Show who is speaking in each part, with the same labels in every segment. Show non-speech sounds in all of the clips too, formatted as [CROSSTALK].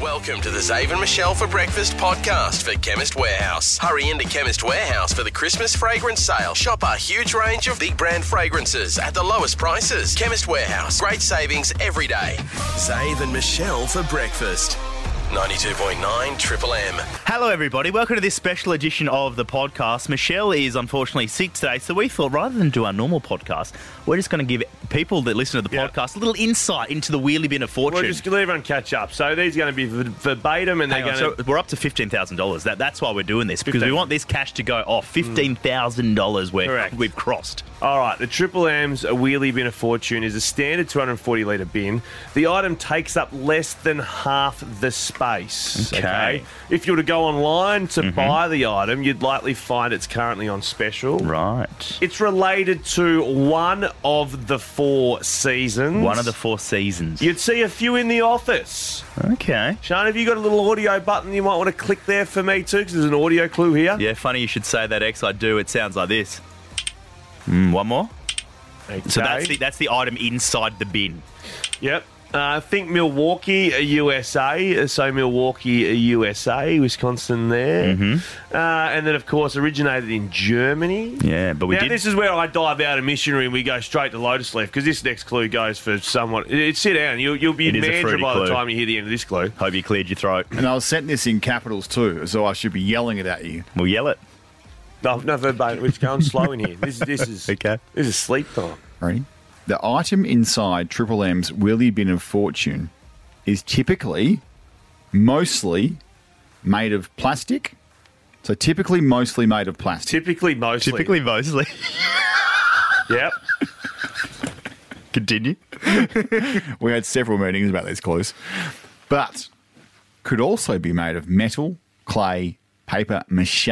Speaker 1: Welcome to the Zave and Michelle for Breakfast podcast for Chemist Warehouse. Hurry into Chemist Warehouse for the Christmas fragrance sale. Shop our huge range of big brand fragrances at the lowest prices. Chemist Warehouse, great savings every day. Zave and Michelle for Breakfast. 92.9 Triple M.
Speaker 2: Hello, everybody. Welcome to this special edition of the podcast. Michelle is unfortunately sick today, so we thought rather than do our normal podcast, we're just going to give people that listen to the
Speaker 3: Yeah.
Speaker 2: podcast a little insight into the wheelie bin of
Speaker 3: We'll
Speaker 2: fortune.
Speaker 3: just let everyone catch up. So these are going to be v- verbatim, and they're
Speaker 2: Hang on,
Speaker 3: going
Speaker 2: so we're up to fifteen thousand dollars. That that's why we're doing this because we
Speaker 3: 15.
Speaker 2: want this cash to go off fifteen thousand dollars. Where
Speaker 3: Correct.
Speaker 2: we've crossed.
Speaker 3: All right, the Triple M's Wheelie Bin of Fortune is a standard 240 litre bin. The item takes up less than half the space.
Speaker 2: Okay. Mm-hmm.
Speaker 3: If you were to go online to buy the item, you'd likely find it's currently on special.
Speaker 2: Right.
Speaker 3: It's related to one of the four seasons.
Speaker 2: One of the four seasons.
Speaker 3: You'd see a few in the office.
Speaker 2: Okay.
Speaker 3: Sean, have you got a little audio button you might want to click there for me too? Because there's an audio clue here.
Speaker 2: Yeah, funny you should say that, X. I do. It sounds like this. Mm, one more. So that's
Speaker 3: Okay.
Speaker 2: the that's the item inside the bin.
Speaker 3: Yep. Uh, think Milwaukee, uh, USA. Uh, So Milwaukee, uh, USA, Wisconsin there.
Speaker 2: Mm-hmm.
Speaker 3: Uh, and then, of course, originated in Germany.
Speaker 2: Yeah, but we
Speaker 3: now,
Speaker 2: did.
Speaker 3: this is where I dive out of missionary and we go straight to Lotus Leaf because this next clue goes for somewhat. It, it- sit down. You'll, you'll be
Speaker 2: It is a
Speaker 3: mantra
Speaker 2: fruity
Speaker 3: by
Speaker 2: clue.
Speaker 3: the time you hear the end of this clue.
Speaker 2: Hope you cleared your throat.
Speaker 4: And I was sent this in capitals too, so I should be yelling it at you.
Speaker 2: We'll yell it.
Speaker 3: No, no verbatim. It's going slow in here. This, is- this
Speaker 2: [LAUGHS]
Speaker 3: is
Speaker 2: Okay.
Speaker 3: This is sleep time.
Speaker 4: Ready? The item inside Triple M's Willy Bin of Fortune is typically mostly made of plastic. So typically mostly made of plastic.
Speaker 3: Typically, mostly.
Speaker 2: Typically, mostly.
Speaker 3: Yep.
Speaker 2: Continue.
Speaker 4: [LAUGHS] We had several meetings about these clues. But could also be made of metal, clay, paper mache,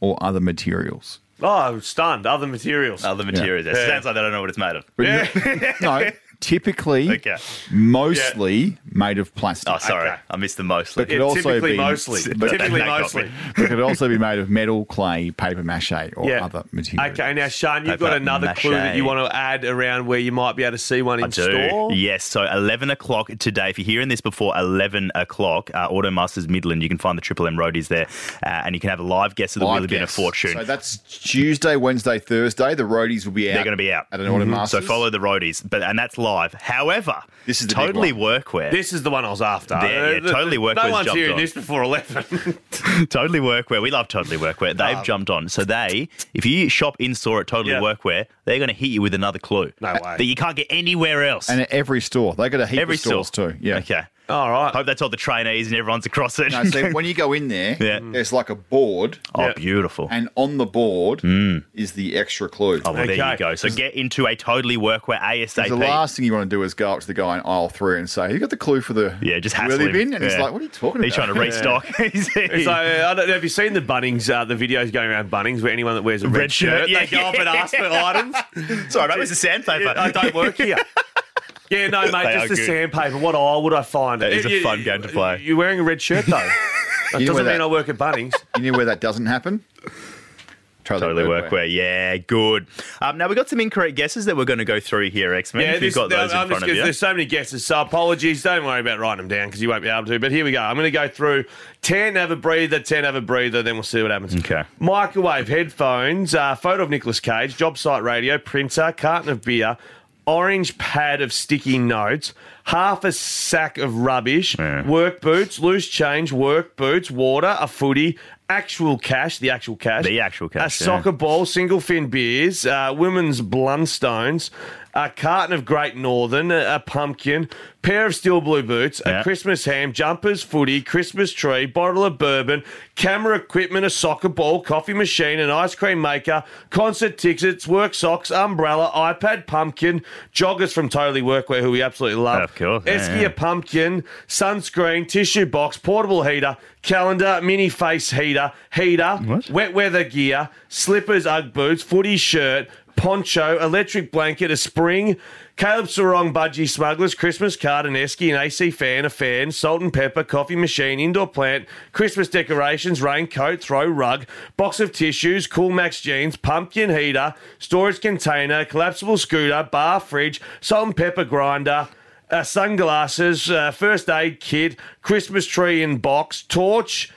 Speaker 4: or other materials.
Speaker 3: Oh, I'm stunned. Other materials.
Speaker 2: Other materials. It sounds like they don't know what it's made of.
Speaker 4: But
Speaker 2: [LAUGHS]
Speaker 4: no, no, typically
Speaker 2: Okay.
Speaker 4: mostly made of plastic.
Speaker 2: Oh, sorry.
Speaker 3: Okay.
Speaker 2: I missed the mostly.
Speaker 4: But- could also
Speaker 3: typically,
Speaker 2: [LAUGHS]
Speaker 4: be-
Speaker 3: mostly.
Speaker 4: but-
Speaker 3: typically,
Speaker 2: That got me.
Speaker 3: mostly.
Speaker 4: It could also be made of metal, clay, paper mache, or other materials.
Speaker 3: Okay, now Sean, you've
Speaker 2: Paper
Speaker 3: got another clue that you
Speaker 2: mache.
Speaker 3: want to add around where you might be able to see one in
Speaker 2: I do.
Speaker 3: store.
Speaker 2: Yes. So 11 o'clock today. If you're hearing this before 11 o'clock, uh, Automasters Midland, you can find the Triple M roadies there uh, and you can have a live guess of the
Speaker 4: Live
Speaker 2: Wheelie Bin of
Speaker 4: guess.
Speaker 2: Fortune.
Speaker 4: So that's Tuesday, Wednesday, Thursday. The roadies will be out.
Speaker 2: They're going to be out. Mm-hmm.
Speaker 4: at an auto
Speaker 2: So follow the roadies, but and that's live. However,
Speaker 4: This is the big
Speaker 2: totally
Speaker 4: one.
Speaker 2: workwear.
Speaker 3: This is the one I was after.
Speaker 2: There, yeah,
Speaker 3: Uh, the-
Speaker 2: totally work
Speaker 3: No
Speaker 2: was
Speaker 3: one's
Speaker 2: jumped
Speaker 3: hearing
Speaker 2: on.
Speaker 3: this before eleven.
Speaker 2: [LAUGHS]
Speaker 3: [LAUGHS]
Speaker 2: Totally Workwear. We love Totally Workwear. They've jumped on. So they, if you shop in store at Totally
Speaker 3: Yeah.
Speaker 2: Workwear, they're going to hit you with another clue. Uh,
Speaker 3: No way.
Speaker 2: That you can't get anywhere else.
Speaker 4: And at every store, they got a heap
Speaker 2: Every
Speaker 4: of stores
Speaker 2: store.
Speaker 4: too. Yeah.
Speaker 2: Okay.
Speaker 3: All right.
Speaker 2: Hope they told the trainees and everyone's across it.
Speaker 4: No, so
Speaker 2: [LAUGHS]
Speaker 4: when you go in there,
Speaker 2: Yeah.
Speaker 4: there's like a board,
Speaker 2: oh,
Speaker 3: Yeah.
Speaker 2: beautiful.
Speaker 4: and on the board is the extra clue.
Speaker 2: Mm. Oh, well, there
Speaker 3: Okay.
Speaker 2: you go. So get into a Totally Workwear ASAP.
Speaker 4: the last thing you want to do is go up to the guy in aisle three and say, "You got the clue for the
Speaker 2: yeah, just hassle
Speaker 4: Willy
Speaker 2: him.
Speaker 4: bin?" And he's
Speaker 2: Yeah.
Speaker 4: like, "What are you talking
Speaker 2: He's
Speaker 4: about?"
Speaker 2: trying to restock. [LAUGHS] He's-
Speaker 3: It's like, uh, I don't know, have you seen the Bunnings, uh, the videos going around Bunnings where anyone that wears a red,
Speaker 2: Red shirt, yeah,
Speaker 3: they go up and
Speaker 2: yeah.
Speaker 3: ask for items?
Speaker 2: [LAUGHS] Sorry, mate, where's the sandpaper?
Speaker 3: Yeah, I don't work here. Yeah, no,
Speaker 2: They
Speaker 3: mate,
Speaker 2: are
Speaker 3: just the
Speaker 2: good.
Speaker 3: sandpaper. What aisle would I find?
Speaker 2: That is a
Speaker 3: You-
Speaker 2: fun game to play.
Speaker 3: You're wearing a red shirt, though.
Speaker 2: [LAUGHS]
Speaker 3: That
Speaker 4: You know
Speaker 3: doesn't
Speaker 4: where
Speaker 3: mean
Speaker 4: that-
Speaker 3: I work at Bunnings.
Speaker 4: You know where that doesn't happen? Try
Speaker 2: [LAUGHS] Totally
Speaker 4: that
Speaker 2: workwear. Yeah, good. Um, now, we've got some incorrect guesses that we're going to go through here, X Men. if you've got those
Speaker 3: I'm
Speaker 2: in
Speaker 3: just
Speaker 2: front of
Speaker 3: gonna-
Speaker 2: you.
Speaker 3: There's so many guesses, so apologies. Don't worry about writing them down because you won't be able to. But here we go. I'm going to go through 10 have a breather, 10 have a breather, then we'll see what happens.
Speaker 2: Okay.
Speaker 3: Microwave, headphones, uh, photo of Nicolas Cage, job site radio, printer, carton of beer, orange pad of sticky notes, half a sack of rubbish,
Speaker 2: Yeah.
Speaker 3: work boots, loose change, work boots, water, a footy, actual cash, the actual cash.
Speaker 2: The actual cash,
Speaker 3: A
Speaker 2: yeah.
Speaker 3: soccer ball, single fin beers, uh, women's blundstones, a carton of Great Northern, a, a pumpkin, pair of steel blue boots,
Speaker 2: Yeah.
Speaker 3: a Christmas ham, jumpers, footy, Christmas tree, bottle of bourbon, camera equipment, a soccer ball, coffee machine, an ice cream maker, concert tickets, work socks, umbrella, iPad, pumpkin, joggers from Totally Workwear, who we absolutely love,
Speaker 2: Of course, yeah,
Speaker 3: Eskia
Speaker 2: yeah.
Speaker 3: pumpkin, sunscreen, tissue box, portable heater, calendar, mini face heater, heater,
Speaker 2: What?
Speaker 3: wet weather gear, slippers, Ugg boots, footy shirt, poncho, electric blanket, a spring, Caleb Sarong budgie smugglers, Christmas card, an esky, an AC fan, a fan, salt and pepper, coffee machine, indoor plant, Christmas decorations, raincoat, throw rug, box of tissues, cool max jeans, pumpkin heater, storage container, collapsible scooter, bar fridge, salt and pepper grinder, uh, sunglasses, uh, first aid kit, Christmas tree in box, torch,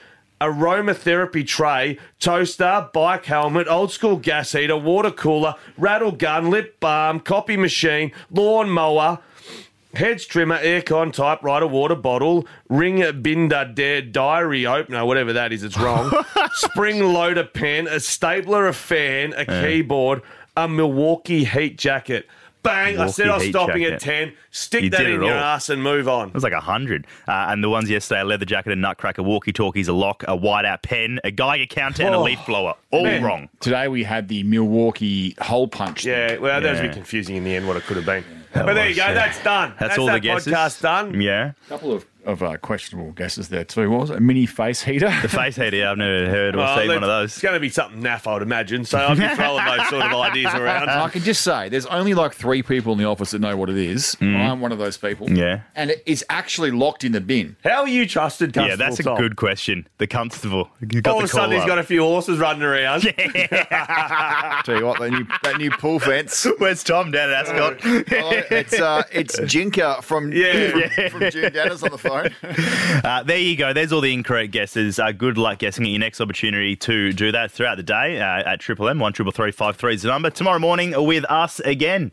Speaker 3: aromatherapy tray, toaster, bike helmet, old school gas heater, water cooler, rattle gun, lip balm, copy machine, lawn mower. Heads trimmer, aircon, typewriter, water bottle, ringer, binder, dare, diary opener, whatever that is, it's
Speaker 2: [LAUGHS]
Speaker 3: wrong. Spring loader pen, a stapler, a fan, a keyboard, a Milwaukee heat jacket. Bang! I said I
Speaker 2: Milwaukee
Speaker 3: was
Speaker 2: heat
Speaker 3: stopping at
Speaker 2: jacket.
Speaker 3: 10. Stick
Speaker 2: You
Speaker 3: that
Speaker 2: did
Speaker 3: in
Speaker 2: it
Speaker 3: your
Speaker 2: all.
Speaker 3: ass and move on.
Speaker 2: It was like a hundred. Uh, and the ones yesterday: a leather jacket, a nutcracker, walkie-talkies, a lock, a whiteout pen, a Geiger counter, and a
Speaker 3: Oh.
Speaker 2: leaf blower. All
Speaker 3: Man.
Speaker 2: wrong.
Speaker 4: Today we had the Milwaukee hole punch. thing.
Speaker 3: Yeah, well, that was a bit
Speaker 2: Yeah.
Speaker 3: confusing in the end what it could have been. but there you
Speaker 2: was,
Speaker 3: go,
Speaker 2: yeah.
Speaker 3: that's done.
Speaker 2: That's, all
Speaker 3: that
Speaker 2: the guesses.
Speaker 3: podcast done.
Speaker 2: Yeah.
Speaker 4: A couple of, of uh, questionable guesses there too. What was it? A mini face heater. [LAUGHS]
Speaker 2: Face heater. yeah, I've never heard or
Speaker 3: Well,
Speaker 2: seen one
Speaker 3: that's-
Speaker 2: of
Speaker 3: Uh, It's
Speaker 2: those.
Speaker 3: going to be something naff, I would imagine.
Speaker 2: [LAUGHS]
Speaker 3: So I'll be throwing those sort of ideas
Speaker 4: And
Speaker 3: around.
Speaker 4: I can just say, there's only like three people in the office that know what it is.
Speaker 3: Mm.
Speaker 4: I'm one of those people.
Speaker 2: Yeah.
Speaker 4: And it- it's actually locked in the bin.
Speaker 3: How are you trusted, Constable
Speaker 2: Yeah, that's a
Speaker 3: Tom?
Speaker 2: good question. The constable. You got
Speaker 3: All of
Speaker 2: the
Speaker 3: a sudden,
Speaker 2: call
Speaker 3: he's
Speaker 2: up.
Speaker 3: got a few horses running around.
Speaker 4: Tell you what, that new, that new
Speaker 3: [LAUGHS]
Speaker 4: pool fence.
Speaker 2: [LAUGHS]
Speaker 4: Oh,
Speaker 2: Where's Tom down at Ascot?
Speaker 4: it's uh, it's Jinka from
Speaker 3: Yeah.
Speaker 4: from, [LAUGHS] from June Dennis on the phone. [LAUGHS]
Speaker 2: Uh, there you go. There's all the incorrect guesses. Uh, good luck guessing at your next opportunity to do that throughout the day uh, at Triple M. One triple three five three is the number. Tomorrow morning with us again.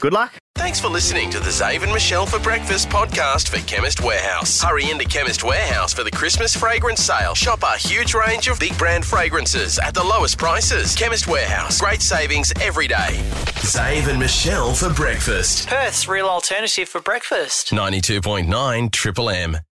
Speaker 2: Good luck.
Speaker 1: Thanks for listening to the Zave and Michelle for Breakfast podcast for Chemist Warehouse. Hurry into Chemist Warehouse for the Christmas fragrance sale. Shop our huge range of big brand fragrances at the lowest prices. Chemist Warehouse, great savings every day. Zave and Michelle for Breakfast.
Speaker 5: Perth's real alternative for breakfast.
Speaker 1: 92.9 Triple M.